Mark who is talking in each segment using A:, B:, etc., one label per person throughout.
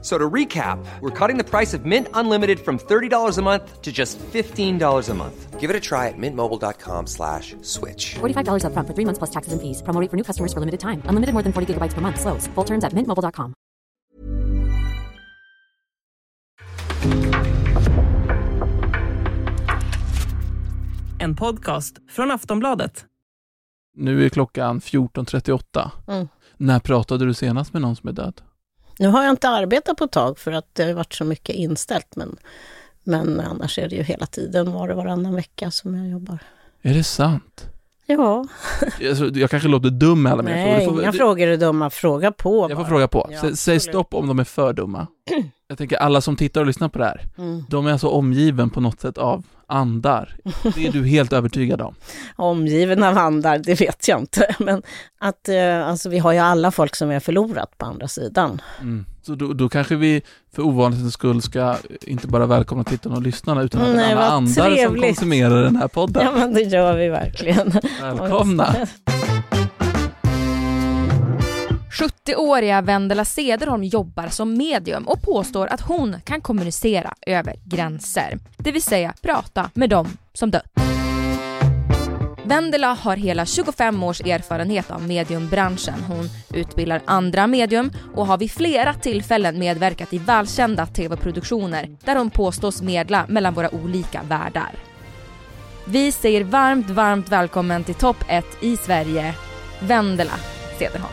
A: So to recap, we're cutting the price of Mint Unlimited from $30 a month to just $15 a month. Give it a try at mintmobile.com slash switch.
B: $45 upfront for three months plus taxes and fees. Promo rate for new customers for limited time. Unlimited more than 40 gigabytes per month. Slows. Full terms at mintmobile.com.
C: En podcast från Aftonbladet.
D: Nu är klockan 14.38.
E: Mm.
D: När pratade du senast med någon som är död?
E: Nu har jag inte arbetat på ett tag för att det har varit så mycket inställt, men, men annars är det ju hela tiden var och varannan vecka som jag jobbar.
D: Är det sant?
E: Ja,
D: Alltså, jag kanske låter dum med alla mina
E: nej,
D: frågor. Du får-
E: inga
D: du-
E: frågor är dumma, fråga på
D: Jag får
E: bara.
D: fråga på.
E: Ja,
D: Sä- Säg
E: absolut.
D: stopp om de är för dumma. Jag tänker alla som tittar och lyssnar på det här,
E: Mm.
D: de är alltså omgiven på något sätt av andar. Det är du helt övertygad om.
E: Omgiven av andar, det vet jag inte, men att eh, alltså, vi har ju alla folk som vi har förlorat på andra sidan.
D: Mm. Så då, då kanske vi för ovanlighetens skull ska inte bara välkomna tittarna och lyssnarna utan även
E: Nej,
D: alla
E: vad
D: andar som
E: trevligt.
D: konsumerar den här podden.
E: Ja, men det gör vi verkligen.
D: Välkomna!
F: 70-åriga Vendela Sederholm jobbar som medium och påstår att hon kan kommunicera över gränser. Det vill säga prata med dem som dött. Vendela har hela 25 års erfarenhet av mediumbranschen. Hon utbildar andra medium och har vid flera tillfällen medverkat i välkända tv-produktioner där hon påstås medla mellan våra olika världar. Vi säger varmt, varmt välkommen till topp 1 i Sverige, Vendela Sederholm.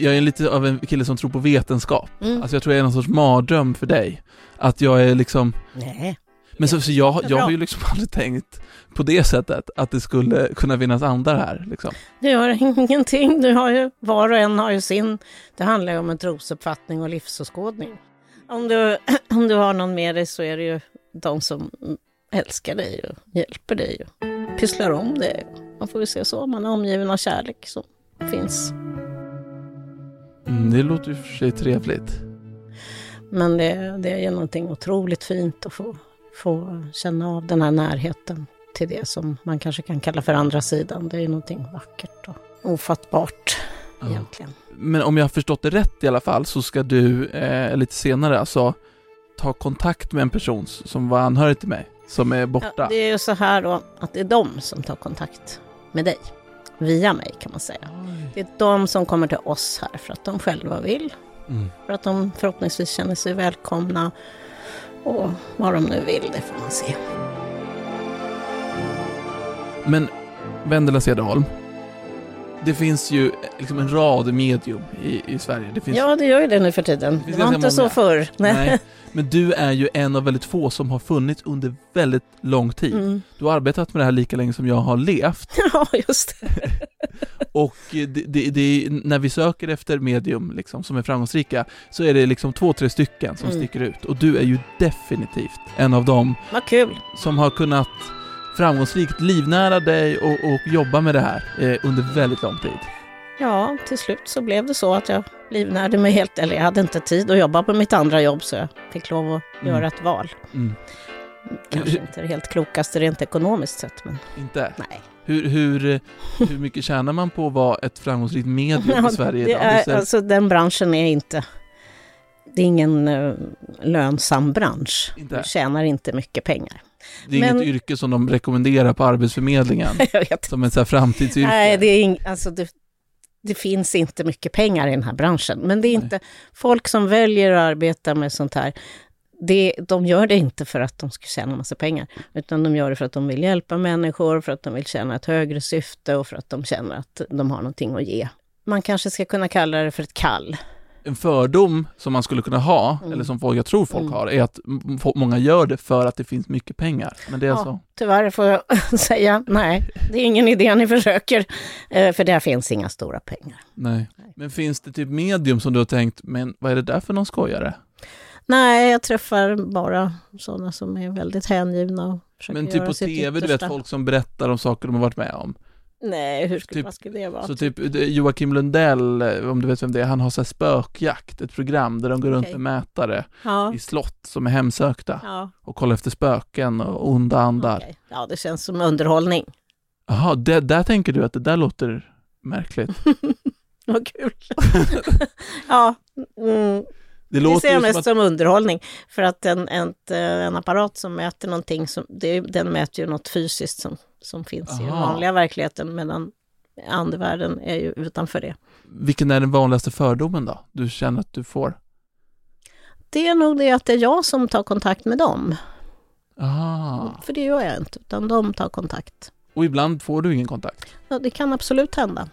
D: Jag är lite av en kille som tror på vetenskap.
E: Mm.
D: Alltså jag tror jag är någon sorts mardröm för dig. Att jag är liksom,
E: Nej.
D: men så, så jag, jag
E: bra.
D: har ju liksom aldrig tänkt på det sättet, att det skulle kunna finnas andar här liksom.
E: Det gör ingenting. Du har ju, var och en har ju sin. Det handlar ju om en trosuppfattning och livsåskådning. Om du, om du har någon med dig så är det ju de som älskar dig och hjälper dig och pysslar om dig. Man får ju se så, man är omgiven av kärlek som finns.
D: Mm, det låter ju för sig trevligt.
E: Men det, det är ju någonting otroligt fint att få, få känna av den här närheten till det som man kanske kan kalla för andra sidan. Det är ju någonting vackert och ofattbart
D: Ja.
E: egentligen.
D: Men om jag har förstått det rätt i alla fall så ska du eh, lite senare alltså ta kontakt med en person s- som var anhörig till mig, som är borta.
E: Ja, det är ju så här då att det är de som tar kontakt med dig. Via mig kan man säga. Det är de som kommer till oss här för att de själva vill.
D: Mm.
E: För att de förhoppningsvis känner sig välkomna. Och vad de nu vill, det får man se.
D: Men Vendela Cederholm, det finns ju eh, liksom en rad medium i, i Sverige. Det finns,
E: Ja, det gör ju det nu för tiden.
D: finns
E: Det var
D: ganska
E: inte så
D: många.
E: förr. Nej.
D: nej. Men du är ju en av väldigt få som har funnits under väldigt lång tid.
E: Mm.
D: Du har arbetat med det här lika länge som jag har levt.
E: Ja, just det.
D: Och det, det, det, är- när vi söker efter medium liksom, som är framgångsrika så är det liksom två, tre stycken som
E: Mm.
D: sticker ut. Och du är ju definitivt en av dem
E: Vad kul.
D: som har kunnat framgångsrikt livnära dig och, och jobba med det här eh, under väldigt lång tid.
E: Ja, till slut så blev det så att jag livnärde mig helt. Eller jag hade inte tid att jobba på mitt andra jobb så jag fick lov att
D: Mm.
E: göra ett val.
D: Mm.
E: Kanske inte det helt klokaste rent ekonomiskt sett, men
D: Inte?
E: nej.
D: Hur, hur, eh, hur mycket tjänar man på att vara ett framgångsrikt medium
E: Ja,
D: i Sverige
E: det
D: idag? Det
E: är,
D: sägs-
E: alltså den branschen är inte... Det är ingen eh, lönsam bransch.
D: Inte?
E: Du tjänar inte mycket pengar.
D: det är
E: men-
D: inget yrke som de rekommenderar på Arbetsförmedlingen
E: Jag vet.
D: som ett så här framtidsyrke.
E: Nej, det, är ing, alltså det, det finns inte mycket pengar i den här branschen. Men det är
D: Nej.
E: inte... Folk som väljer att arbeta med sånt här, det, de gör det inte för att de ska tjäna massa pengar. Utan de gör det för att de vill hjälpa människor, för att de vill tjäna ett högre syfte och för att de känner att de har någonting att ge. Man kanske ska kunna kalla det för ett kall.
D: En fördom som man skulle kunna ha,
E: Mm.
D: eller som folk, jag tror folk
E: Mm.
D: har, är att m- fo- många gör det för att det finns mycket pengar. Men det är
E: Ja.
D: alltså...
E: Tyvärr får jag säga nej, det är ingen idé ni försöker, eh, för där finns inga stora pengar.
D: Nej.
E: Nej.
D: Men finns det typ medium som du har tänkt, men vad är det där för någon skojare?
E: Nej, jag träffar bara sådana som är väldigt hängivna och försöker
D: Men
E: göra
D: typ på
E: sitt
D: TV, du vet
E: yttersta.
D: folk som berättar om saker de har varit med om.
E: Nej, hur skulle,
D: Typ-
E: vad skulle det vara?
D: Så typ eh, Joakim Lundell, eh, om du vet vem det är, han har så här spökjakt, ett program där de går runt
E: Okej.
D: med mätare
E: ja.
D: i slott som är hemsökta
E: Ja,
D: och kollar efter spöken och onda andar.
E: okej. ja, det känns som underhållning.
D: Jaha, det, där tänker du att det där låter märkligt.
E: Vad kul. ja, mm,
D: Det
E: det
D: låter
E: ser
D: ju
E: jag
D: som
E: mest
D: att,
E: som underhållning. För att en, en, en apparat som mäter någonting, som, det, den mäter ju något fysiskt som, som finns i den
D: Aha.
E: vanliga verkligheten, medan andevärlden är ju utanför det.
D: vilken är den vanligaste fördomen då? Du känner att du får?
E: Det är nog det att det är jag som tar kontakt med dem.
D: Aha.
E: För det gör jag inte, utan de tar kontakt.
D: Och ibland får du ingen kontakt.
E: Ja, det kan absolut hända.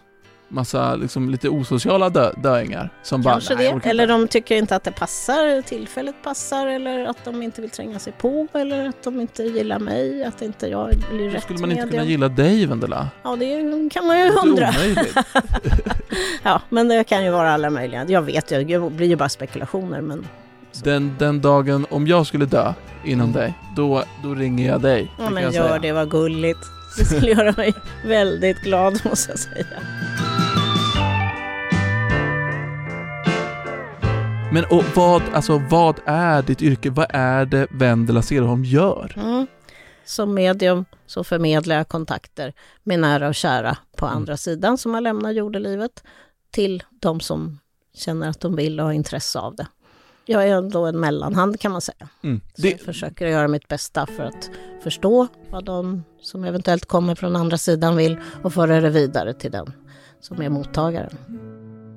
D: Massa liksom lite osociala dö- döingar som
E: Kanske
D: bara, "Nej, jag
E: det.
D: orkar
E: Eller
D: inte."
E: de tycker inte att det passar, tillfället passar, eller att de inte vill tränga sig på, eller att de inte gillar mig, att inte jag blir
D: Då
E: rätt
D: skulle man inte kunna
E: medium.
D: gilla dig Vendela?
E: Ja, det kan man ju
D: Det är
E: undra.
D: omöjligt.
E: Ja, men det kan ju vara alla möjliga. Jag vet, det blir ju bara spekulationer, men
D: Den, den dagen, om jag skulle dö inom dig, då, då ringer jag dig. Det
E: Ja,
D: kan
E: men gör
D: jag säga.
E: det, vad gulligt. Det skulle göra mig väldigt glad måste jag säga.
D: Men och vad, alltså, vad är ditt yrke? Vad är det Vendela Cederholm gör?
E: Mm. Som medium så förmedlar jag kontakter med nära och kära på
D: Mm.
E: andra sidan som har lämnat jordelivet till de som känner att de vill och har intresse av det. Jag är ändå en mellanhand kan man säga.
D: Mm.
E: Så
D: Det,
E: jag försöker göra mitt bästa för att förstå vad de som eventuellt kommer från andra sidan vill och föra det vidare till den som är mottagaren.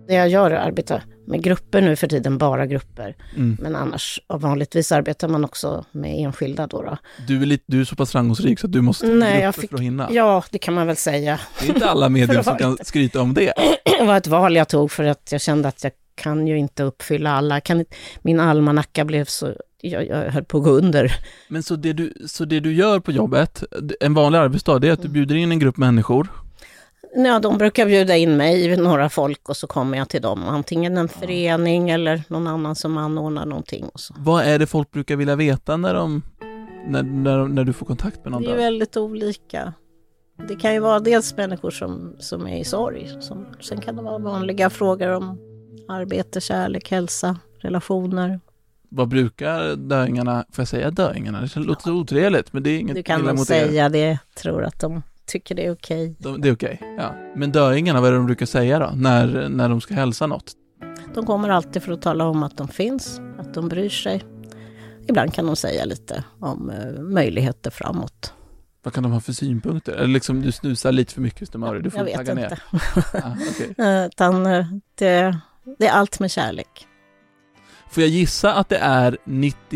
E: Det jag gör är att arbeta med grupper nu för tiden, bara grupper.
D: mm.
E: Men annars, och vanligtvis arbetar man också med enskilda då. då.
D: du, är lite, du är så pass framgångsrik så att du måste
E: Nej,
D: Nej,
E: jag
D: jag
E: fick-
D: för att hinna.
E: Ja, det kan man väl säga.
D: Det är inte alla medier som kan skryta om det.
E: Det var ett val jag tog för att jag kände att jag kan ju inte uppfylla alla. Kan, inte- min almanacka blev så... Jag, jag höll på att gå under.
D: Men så det, du, så det du gör på jobbet, en vanlig arbetsdag, det är att
E: Mm.
D: du bjuder in en grupp människor.
E: Ja, de brukar bjuda in mig, några folk, och så kommer jag till dem. Antingen en förening eller någon annan som anordnar någonting. Och så.
D: Vad är det folk brukar vilja veta när de, när, när, när du får kontakt med någon?
E: Det är ju
D: där?
E: väldigt olika. Det kan ju vara dels människor som, som är i sorg. Som, sen kan det vara vanliga frågor om arbete, kärlek, hälsa, relationer.
D: Vad brukar döingarna, får jag säga döingarna? Det låter så otrevligt, men det är inget
E: Du kan
D: illa
E: nog
D: mot er.
E: säga det, tror att de tycker det är okej.
D: De, det är okej, ja. Men döingarna, vad är det de brukar säga då? När, när de ska hälsa något?
E: De kommer alltid för att tala om att de finns, att de bryr sig. Ibland kan de säga lite om eh, möjligheter framåt.
D: Vad kan de ha för synpunkter? Eller liksom, du snusar lite för mycket Stemari, du
E: Jag
D: får
E: vet
D: tagga ner.
E: inte.
D: Ja, okej.
E: Eh, Utan eh, det, det är allt med kärlek.
D: Får jag gissa att det är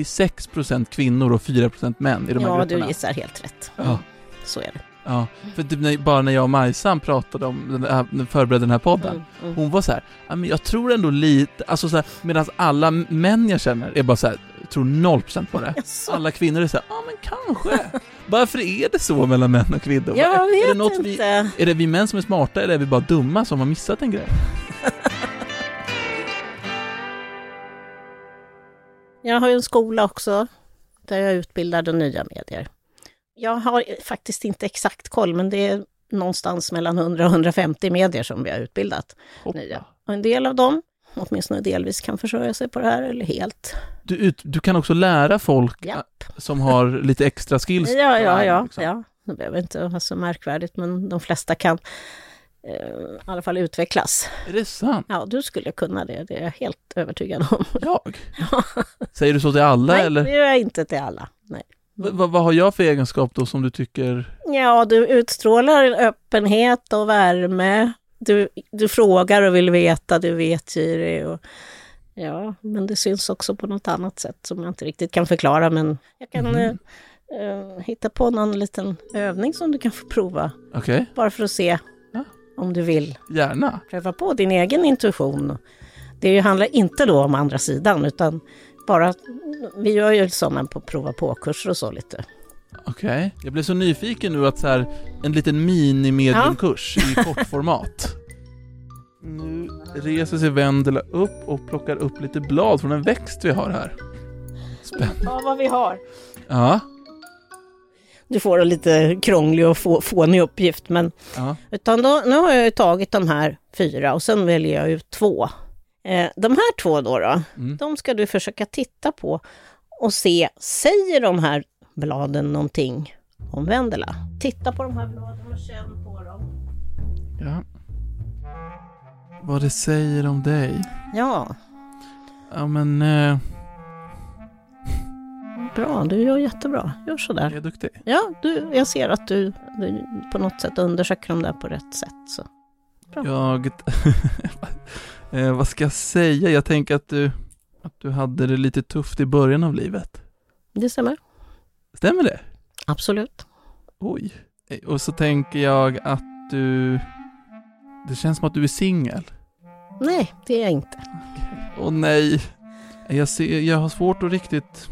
D: 96% kvinnor och 4% män i de här
E: Ja,
D: grupperna?
E: du gissar helt rätt. Mm,
D: Ja,
E: Så är det.
D: ja. För typ när, bara när jag och Majsan pratade om, den här, när vi förberedde den här podden,
E: Mm, mm.
D: hon var så här, "Ja, men jag tror ändå lite, alltså så här, medan alla män jag känner är bara så här, tror 0% på det.
E: Jaså?
D: Alla kvinnor är så här, ja men kanske. Varför är det så mellan män och kvinnor?
E: Jag
D: Är det
E: vet
D: något vi-
E: inte.
D: Är det vi män som är smarta eller är vi bara dumma som har missat en grej?
E: Jag har ju en skola också, där jag utbildade nya medier. Jag har faktiskt inte exakt koll, men det är någonstans mellan 100 och 150 medier som vi har utbildat.
D: Hoppa.
E: Nya. Och en del av dem, åtminstone delvis, kan försörja sig på det här, eller helt.
D: Du, ut, du kan också lära folk
E: Ja.
D: äh, som har lite extra skills.
E: Ja, ja, ja.
D: Liksom.
E: ja. Det behöver inte vara så märkvärdigt, men de flesta kan eh, i alla fall utvecklas.
D: Är det sant?
E: Ja, du skulle kunna det, det är jag helt övertygad om.
D: Jag? Säger du så till alla
E: Nej,
D: eller?
E: det gör jag inte till alla. Nej.
D: V- vad- vad har jag för egenskap då som du tycker?
E: Ja, du utstrålar öppenhet och värme. Du, du frågar och vill veta, du vet girig. Och, ja, men det syns också på något annat sätt som jag inte riktigt kan förklara. Men jag kan
D: Mhm.
E: eh, eh, hitta på någon liten övning som du kan få prova.
D: Okej,
E: Bara för att se
D: Ja.
E: om du vill
D: gärna.
E: pröva på din egen intuition. Det handlar inte då om andra sidan, utan bara... Vi gör ju sådana på prova på-kurser och så lite.
D: Okej. Jag blev så nyfiken nu att så här, en liten minimediumkurs i kortformat. Nu reser sig Vendela upp och plockar upp lite blad från en växt vi har här. Spännande.
E: Ja, vad vi har.
D: Ja.
E: du får en lite krånglig och få, fånig uppgift. Men,
D: Ja.
E: utan då, nu har jag ju tagit de här fyra och sen väljer jag ut två. Eh, de här två då, då
D: Mm.
E: de ska du försöka titta på och se, säger de här bladen någonting om Vendela? Titta på de här bladen och känn på dem.
D: ja. Vad det säger om dig?
E: Ja,
D: Ja men, eh,
E: bra, du gör jättebra. Gör
D: jag
E: sådär.
D: är duktig.
E: Ja, du, jag ser att du, du på något sätt undersöker dem där på rätt sätt. Så.
D: Jag... eh, vad ska jag säga? Jag tänker att du, att du hade det lite tufft i början av livet.
E: Det stämmer.
D: Stämmer det?
E: Absolut.
D: Oj. Eh, Och så tänker jag att du... Det känns som att du är singel.
E: Nej, det är jag inte.
D: Åh nej. Jag, ser, jag har svårt att riktigt...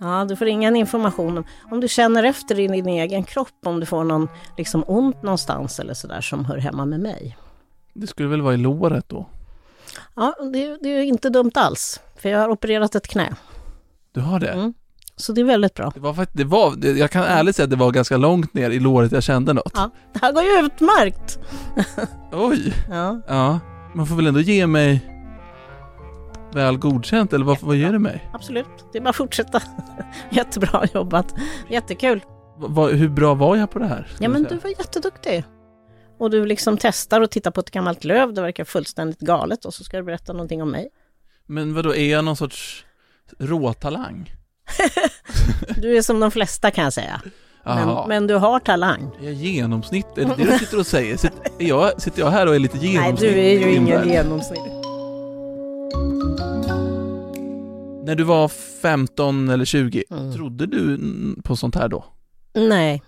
E: Ja, du får ingen information. om- Om du känner efter i din egen kropp, om du får någon liksom ont någonstans eller sådär som hör hemma med mig.
D: Det skulle väl vara i låret då?
E: Ja, det, det är inte dumt alls, för jag har opererat ett knä.
D: Du har det?
E: Mm. Så det är väldigt bra.
D: Det var faktiskt, det var, det- jag kan ärligt säga att det var ganska långt ner i låret jag kände något.
E: Ja, det här går ju utmärkt!
D: Oj!
E: Ja.
D: Ja, man får väl ändå ge mig väl godkänt, eller vad, vad ger du mig?
E: Absolut, det är bara att fortsätta. Jättebra jobbat, jättekul.
D: Va, va, hur bra var jag på det här? skulle
E: Ja men
D: säga?
E: du var jätteduktig. Och du liksom testar och tittar på ett gammalt löv, det verkar fullständigt galet och så ska du berätta någonting om mig.
D: Men vadå, är jag någon sorts råtalang?
E: Du är som de flesta kan jag säga,
D: Jaha.
E: men, men du har talang.
D: Är jag genomsnitt? Är det det du sitter och säger? Sitter är jag, sitter jag här och är lite
E: Nej,
D: genomsnitt?
E: du är
D: i
E: ju
D: din
E: ingen
D: värld?
E: genomsnitt.
D: När du var 15 eller 20,
E: Mm.
D: trodde du mm, på sånt här då?
E: Nej,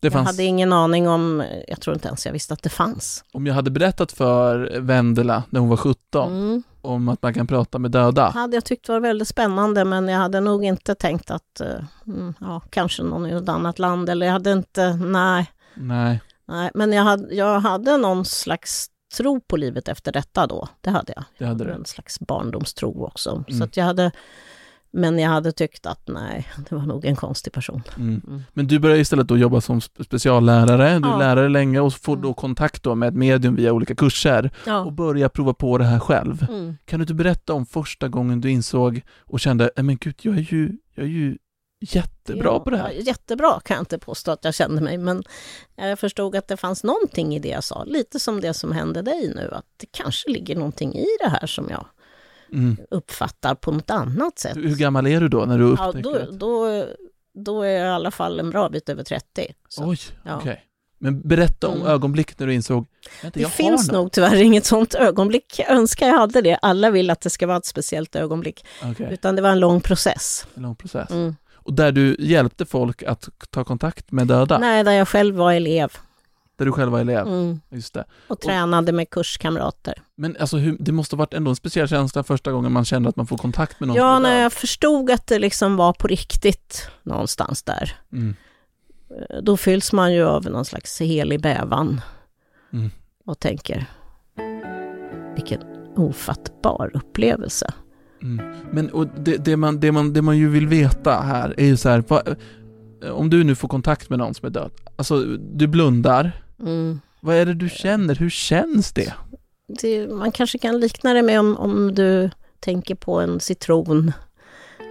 D: Det
E: jag
D: fanns,
E: hade ingen aning om, jag tror inte ens jag visste att det fanns.
D: om jag hade berättat för Vendela när hon var 17
E: Mm.
D: om att man kan prata med döda,
E: Hade jag tyckt var väldigt spännande, men jag hade nog inte tänkt att, eh, mm, ja, kanske någon i ett annat land, eller jag hade inte, nej.
D: nej,
E: Nej, men jag hade, jag hade någon slags tro på livet efter detta då. Det hade jag.
D: det hade du.
E: En slags barndomstro också. Så
D: Mm.
E: att jag hade, men jag hade tyckt att nej, det var nog en konstig person.
D: Mm. Men du började istället då jobba som spe- speciallärare, du är
E: Ja. Mm.
D: lärare länge och så får då kontakt då med ett medium via olika kurser och
E: Ja.
D: börja prova på det här själv.
E: Mm.
D: Kan du inte berätta om första gången du insåg och kände, "Nej, men gud, jag är ju, jag är ju jättebra
E: Ja,
D: på det här.
E: Jättebra kan jag inte påstå att jag kände mig, men jag förstod att det fanns någonting i det jag sa. Lite som det som hände dig nu, att det kanske ligger någonting i det här som jag
D: Mm.
E: uppfattar på något annat sätt.
D: Hur gammal är du då när du
E: ja,
D: upptäcker
E: då,
D: det?
E: då, då är jag i alla fall en bra bit över 30. Så.
D: Oj,
E: ja.
D: okej. Men berätta om
E: Mm.
D: ögonblicket när du insåg, vänta,
E: Det
D: jag
E: finns
D: har något.
E: nog tyvärr inget sånt ögonblick. Jag önskar jag hade det. Alla vill att det ska vara ett speciellt ögonblick.
D: Okej,
E: Utan det var en lång process.
D: en lång process.
E: Mm.
D: Och där du hjälpte folk att ta kontakt med döda,
E: Nej, där jag själv var elev.
D: där du själv var elev.
E: Mm.
D: Just det.
E: Och tränade med kurskamrater.
D: Men alltså, hur, det måste ha varit ändå en speciell känsla första gången man kände att man får kontakt med någon som
E: Ja,
D: är
E: när
D: död.
E: jag förstod att det liksom var på riktigt någonstans där. eh,
D: Mm.
E: Då fylls man ju av någon slags helig bävan.
D: Mm.
E: Och tänker, vilken ofattbar upplevelse.
D: Mm. Men och det, det, man, det, man, det man ju vill veta här är ju så här, va, eh, om du nu får kontakt med någon som är död, alltså du blundar,
E: Mm.
D: vad är det du känner? Hur känns det?
E: det, man kanske kan likna det med om, om du tänker på en citron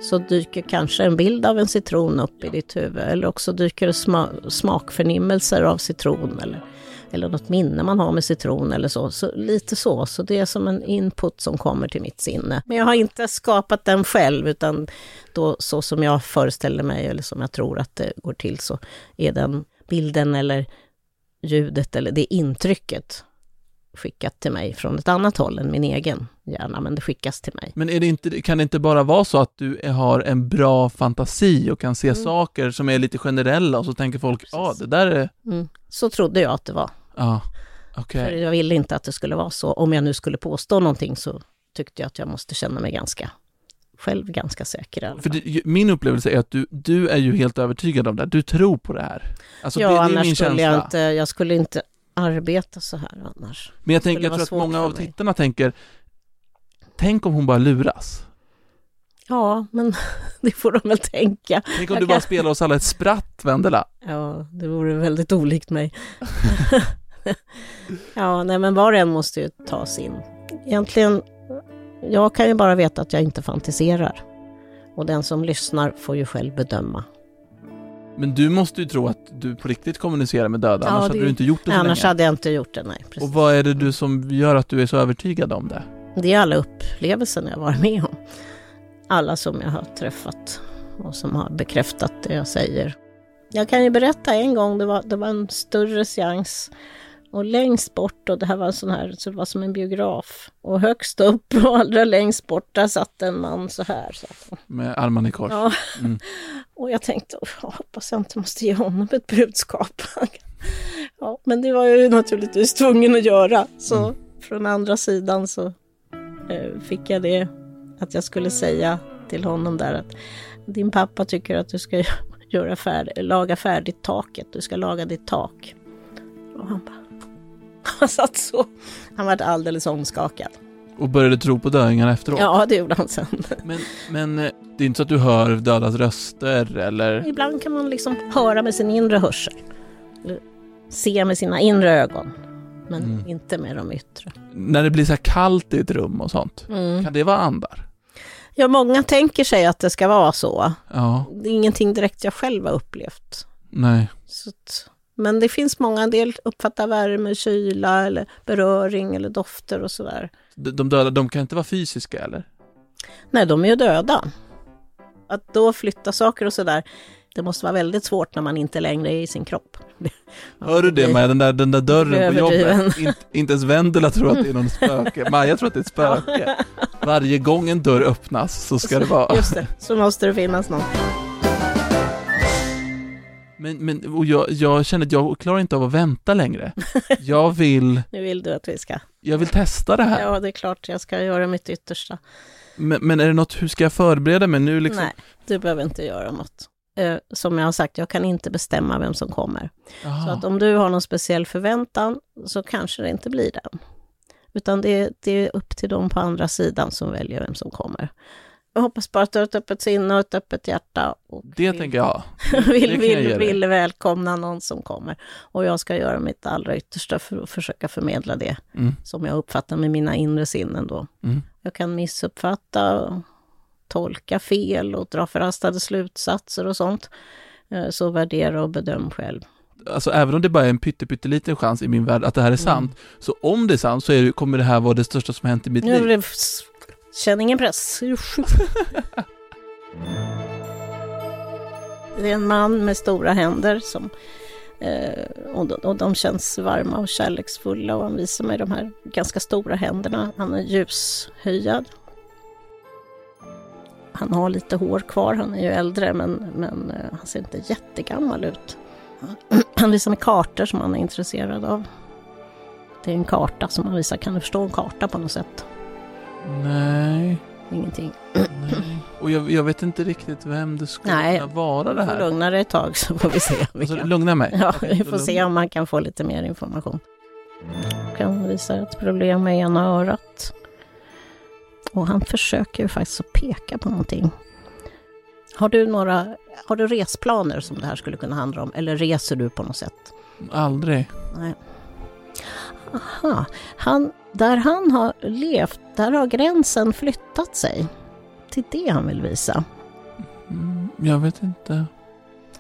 E: så dyker kanske en bild av en citron upp i ditt huvud eller också dyker det sma, smakförnimmelser av citron eller, eller något minne man har med citron eller så. så. Lite så, så det är som en input som kommer till mitt sinne. Men jag har inte skapat den själv utan då, så som jag föreställer mig eller som jag tror att det går till så är den bilden eller ljudet eller det intrycket skickat till mig från ett annat håll än min egen hjärna, men det skickas till mig.
D: Men är det inte, kan det inte bara vara så att du är- har en bra fantasi och kan se
E: Mm.
D: saker som är lite generella och så tänker folk, ja ah, det där är,
E: Mm. Så trodde jag att det var,
D: ja, okej.
E: för jag ville inte att det skulle vara så. Om jag nu skulle påstå någonting så tyckte jag att jag måste känna mig ganska, själv ganska säker. i alla
D: För
E: fall.
D: det, ju- min upplevelse är att du, du är ju helt övertygad om det här. du tror på det här. Alltså
E: ja,
D: det, det är
E: annars
D: min
E: skulle
D: känsla.
E: jag inte, jag skulle inte arbeta så här annars.
D: Men jag, tänker,
E: skulle
D: jag
E: vara
D: tror att
E: svårt
D: många
E: för
D: av
E: mig.
D: tittarna tänker, tänk om hon bara luras.
E: Ja, men det får de väl tänka.
D: Tänk om
E: Jag
D: du bara
E: kan-
D: spelar oss alla ett spratt, Vendela.
E: Ja, det vore väldigt olikt mig. ja, nej men var och en måste ju ta sin. Egentligen, jag kan ju bara veta att jag inte fantiserar. Och den som lyssnar får ju själv bedöma.
D: Men du måste ju tro att du på riktigt kommunicerar med döda,
E: Ja,
D: annars
E: det
D: hade
E: är-
D: du inte gjort det så
E: Annars
D: länge.
E: hade jag inte gjort det, nej. Precis.
D: Och vad är det du som gör att du är så övertygad om det?
E: Det är alla upplevelser jag har varit med om. Alla som jag har träffat och som har bekräftat det jag säger. Jag kan ju berätta en gång, det var, det var en större seans. Och längst bort, och det här var en sån här, så det var som en biograf. Och högst upp och allra längst bort, där satt en man så här. Så.
D: Med armarna i kors?
E: Ja.
D: Mm.
E: Och jag tänkte, "Åh, jag hoppas jag inte måste ge honom ett budskap. ja, men det var jag ju naturligtvis tvungen att göra. Så från andra sidan så eh, fick jag det att jag skulle säga till honom där att din pappa tycker att du ska göra färd- laga färdigt taket, du ska laga ditt tak. Och han bara... Han satt så. Han var alldeles omskakad.
D: Och började tro på döingarna efteråt?
E: Ja, det gjorde han sen.
D: Men, men eh, det är inte så att du hör dödas röster eller?
E: Ibland kan man liksom höra med sin inre hörsel. Eller Se med sina inre ögon. Men
D: Mm.
E: inte med de yttre.
D: När det blir så här kallt i ett rum och sånt,
E: Mm.
D: kan det vara andar?
E: Ja, många tänker sig att det ska vara så.
D: Ja,
E: Det är ingenting direkt jag själv har upplevt.
D: nej.
E: Så att, men det finns många, en del uppfattar värme, kyla eller beröring eller dofter och sådär.
D: De, de döda, de kan inte vara fysiska eller?
E: Nej, de är ju döda. Att då flytta saker och sådär, det måste vara väldigt svårt när man inte längre är i sin kropp.
D: Hör du det Maja, den där, den där dörren på
E: Överdriven.
D: jobbet? Inte- inte ens Vendela tror att det är någon spöke. Maja tror att det är ett spöke. Varje gång en dörr öppnas så ska det vara.
E: Just det, så måste det finnas någon.
D: Men, men och jag, jag känner att jag klarar inte av att vänta längre. Jag vill,
E: Nu vill du att vi ska
D: jag vill testa det här.
E: Ja, det är klart jag ska göra mitt yttersta.
D: Men, men är det något, hur ska jag förbereda mig nu liksom?
E: Nej, du behöver inte göra något. Eh, Som jag har sagt, jag kan inte bestämma vem som kommer. Så
D: Jaha.
E: att om du har någon speciell förväntan så kanske det inte blir den. Utan det, det är upp till dem på andra sidan som väljer vem som kommer. Jag hoppas bara att du har ett öppet sinne och ett öppet hjärta. Och
D: Det
E: vill,
D: tänker jag. det
E: vill,
D: kan jag
E: vill,
D: ge dig.
E: vill välkomna någon som kommer. Och jag ska göra mitt allra yttersta för att försöka förmedla det
D: Mm.
E: som jag uppfattar med mina inre sinnen då.
D: Mm.
E: Jag kan missuppfatta, och tolka fel och dra förhastade slutsatser och sånt. Eh, Så värdera och bedöm själv.
D: Alltså även om det bara är en pytte- pytteliten chans i min värld att det här är sant, så om det är sant så är det, kommer det här vara det största som hänt i mitt
E: Mm. Nu är
D: liv.
E: det... Känn ingen press. Usch. Det är en man med stora händer som, eh, och, de, och de känns varma och kärleksfulla och han visar mig de här ganska stora händerna. Han är ljushyad. Han har lite hår kvar, han är ju äldre men, men eh, han ser inte jättegammal ut. Han visar mig kartor som han är intresserad av. Det är en karta som han visar, kan du förstå en karta på något sätt?
D: Nej,
E: Ingenting.
D: nej. Typ. Och jag, jag vet inte riktigt vem det skulle
E: Nej.
D: kunna vara det
E: Du får
D: här.
E: lugna dig ett tag så får vi se.
D: Alltså,
E: Vilka.
D: lugna mig.
E: Ja,
D: Okej,
E: vi
D: då
E: får se
D: lugna-
E: om man kan få lite mer information. Han visar ett problem med ena örat. Och han försöker ju faktiskt att peka på någonting. Har du några har du resplaner som det här skulle kunna handla om? Eller reser du på något sätt?
D: Aldrig.
E: Nej. Aha, han, där han har levt, där har gränsen flyttat sig. Till det han vill visa.
D: Mm, jag vet inte.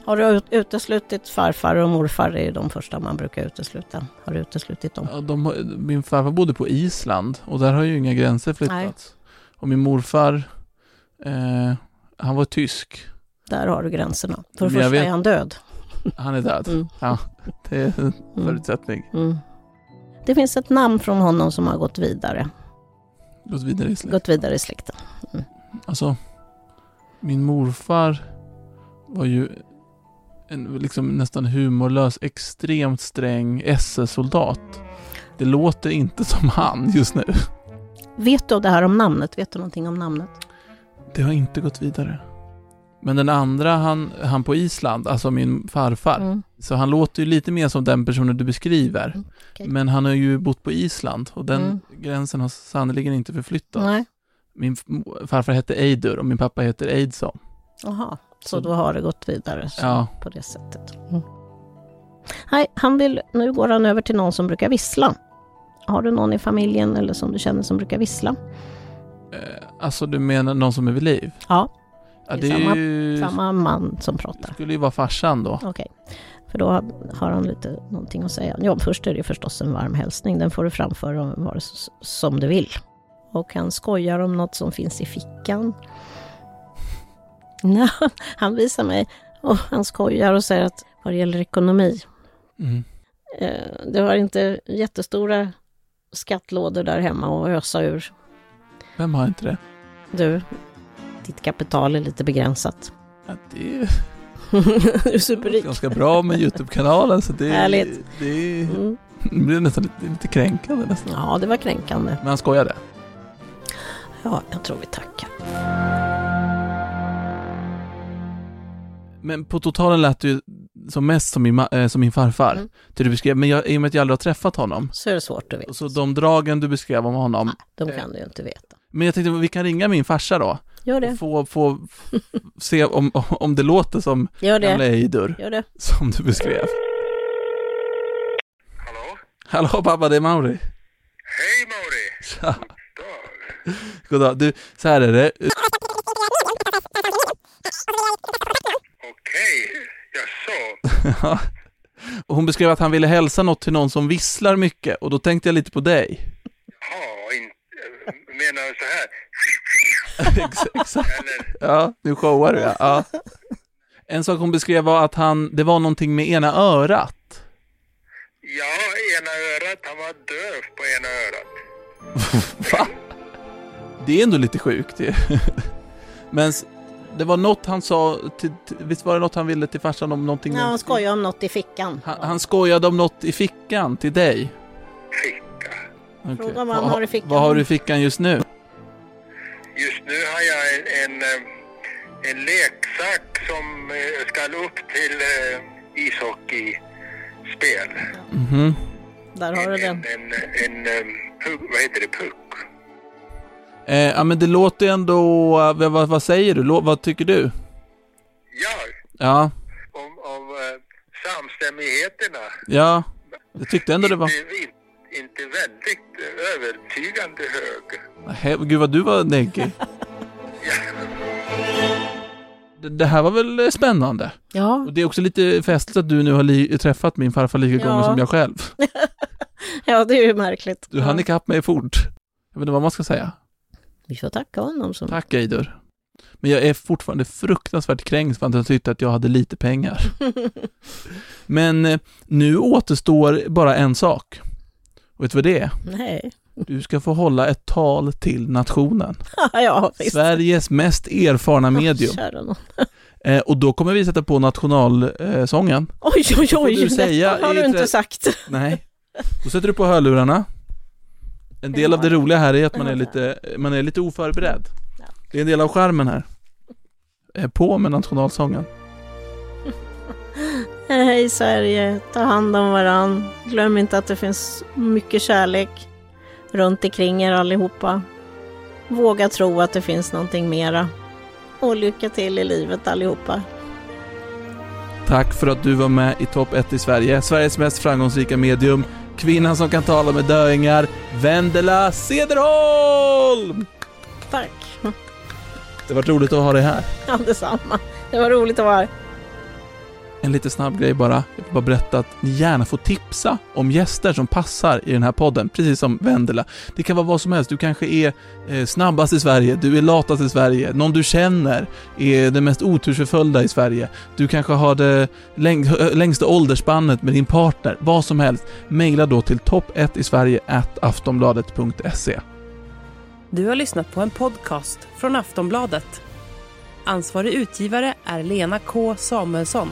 E: Har du ut- uteslutit farfar och morfar? Det är ju de första man brukar utesluta. Har du uteslutit dem?
D: Ja, de, har- min farfar bodde på Island och där har ju inga gränser flyttats. Och min morfar, eh, han var tysk.
E: Där har du gränserna. För det
D: Men Mm, jag
E: första
D: vet-
E: är han död.
D: Han är död.
E: Mm.
D: Ja, det är en
E: Mm.
D: förutsättning.
E: Mm. Det finns ett namn från honom som har gått vidare.
D: Gått vidare i släkt.
E: Gått vidare i släkten.
D: Alltså, min morfar var ju en liksom nästan humorlös, extremt sträng SS-soldat. Det låter inte som han just nu.
E: Vet du det här om namnet? Vet du någonting om namnet?
D: Det har inte gått vidare. Men den andra, han, han på Island, alltså min farfar,
E: Mm.
D: så han låter ju lite mer som den personen du beskriver.
E: Mm, okej.
D: Men han har ju bott på Island och den
E: Mm.
D: gränsen har sannerligen inte förflyttats.
E: Nej.
D: Min f- farfar hette Eidur och min pappa heter Eidson.
E: Jaha, så
D: Så-
E: då har det gått vidare så,
D: Ja.
E: på det sättet. Mm. Nej, han vill, nu går han över till någon som brukar vissla. Har du någon i familjen eller som du känner som brukar vissla?
D: Alltså du menar någon som är vid liv?
E: Ja,
D: Ja,
E: Det
D: det
E: är
D: är ju...
E: samma man som pratar.
D: skulle ju vara farsan då.
E: Okej, för då har han lite någonting att säga. Ja, först är det förstås en varm hälsning. Den får du framföra vare s- som du vill. Och han skojar om något som finns i fickan. Nej, han visar mig och han skojar och säger att vad det gäller ekonomi,
D: Mm.
E: eh, det var inte jättestora skattlådor där hemma att ösa ur.
D: Vem har inte det?
E: Du, ditt kapital är lite begränsat.
D: Ja, det är
E: du är superrik.
D: ganska bra med Youtube-kanalen så det är...
E: Härligt.
D: Det är...
E: Mm.
D: Det blir nästan lite, lite kränkande nästan.
E: Ja, det var kränkande.
D: Men han skojade.
E: Ja, jag tror vi tackar.
D: Men på totalen lät du ju som mest som min, ma- eh, som min farfar.
E: Mm.
D: Det du beskrev, men jag, i och med att jag aldrig har träffat honom.
E: Så är det svårt att veta.
D: Så de dragen du beskrev om honom.
E: De kan du ju inte veta.
D: Men jag tänkte vi kan ringa min farsa då.
E: Gör
D: Och
E: det.
D: få, få f- se om, om det låter som
E: Gör
D: gamla
E: det.
D: Eidur
E: Gör det.
D: som du beskrev.
G: Hallå?
D: Hallå pappa, det är Mauri.
G: Hej Mauri!
D: Tja.
G: Dag.
D: Goddag. Du, så här är det.
G: Okej, jaså?
D: Ja. Och Hon beskrev att han ville hälsa något till någon som visslar mycket och då tänkte jag lite på dig.
G: Ja, in, eh, menar du så här?
D: Ex- Exakt. Ja, nu showar du ja. ja. En sak hon beskrev var att han, det var någonting med ena örat.
G: Ja, ena örat, han var döv på ena örat.
D: Va? Det är ändå lite sjukt ju. Men s- det var något han sa, till, till, visst var det något han ville till farsan om någonting?
E: Nej, han skojar om något i fickan.
D: Han, han skojade om något i fickan till dig.
G: Ficka.
D: Okej.
E: Fråga vad han har i fickan.
D: Vad har du i fickan just nu?
G: Just nu har jag en, en, eh, en leksak som eh, ska upp till eh, ishockeyspel.
D: Mhm.
E: Där har du den.
G: En, en, en, eh, puck, vad heter det, puck?
D: Eh, ja men det låter ju ändå, eh, vad, vad, vad säger du? Lå, vad tycker du?
G: Ja,
D: Ja,
G: om, om eh, samstämmigheterna.
D: ja. Jag tyckte ändå det var...
G: Inte, in- inte väldigt eh, övertygande hög.
D: He, gud vad du var negativ. Det, det här var väl eh, spännande?
E: Ja,
D: Och det är också lite festligt att du nu har li- träffat min farfar lika
E: Ja.
D: gånger som jag själv.
E: ja det är ju märkligt.
D: Du hann ikapp mig fort. Jag vet inte vad man ska säga.
E: Vi får tacka honom. Som...
D: Tack Eidur. Men jag är fortfarande fruktansvärt kränkt för att jag tyckte att jag hade lite pengar. Men eh, nu återstår bara en sak. Vet du vad det är?
E: Nej.
D: Du ska få hålla ett tal till nationen.
E: ja, visst.
D: Sveriges mest erfarna medium.
E: Kära nån.
D: Eh, och då kommer vi sätta på eh, nationalsången.
E: Oj, oj,
D: får
E: oj.
D: du säga
E: Detta har
D: i
E: du inte
D: tre-
E: sagt.
D: Nej. Då sätter du på hörlurarna. En del av det roliga här är att man är lite, man är lite oförberedd. Det är en del av skärmen här. Eh, På med nationalsången.
E: Hej Sverige, ta hand om varann. Glöm inte att det finns mycket kärlek runt omkring er allihopa. Våga tro att det finns någonting mera. Och lycka till i livet allihopa.
D: Tack för att du var med i topp 1 i Sverige, Sveriges mest framgångsrika medium, kvinnan som kan tala med döingar, Vendela Cederholm!
E: Tack.
D: Det var roligt att ha dig här.
E: Ja, detsamma. Det var roligt att vara här.
D: En lite snabb grej bara. Jag vill bara berätta att ni gärna får tipsa om gäster som passar i den här podden, precis som Vendela. Det kan vara vad som helst. Du kanske är eh, snabbast i Sverige, du är latast i Sverige, någon du känner är den mest otursförföljda i Sverige. Du kanske har det läng- ö- längsta åldersspannet med din partner, vad som helst. Maila då till topp1 i Sverige aftonbladet.se.
C: Du har lyssnat på en podcast från Aftonbladet. Ansvarig utgivare är Lena K Samuelsson.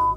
A: a-"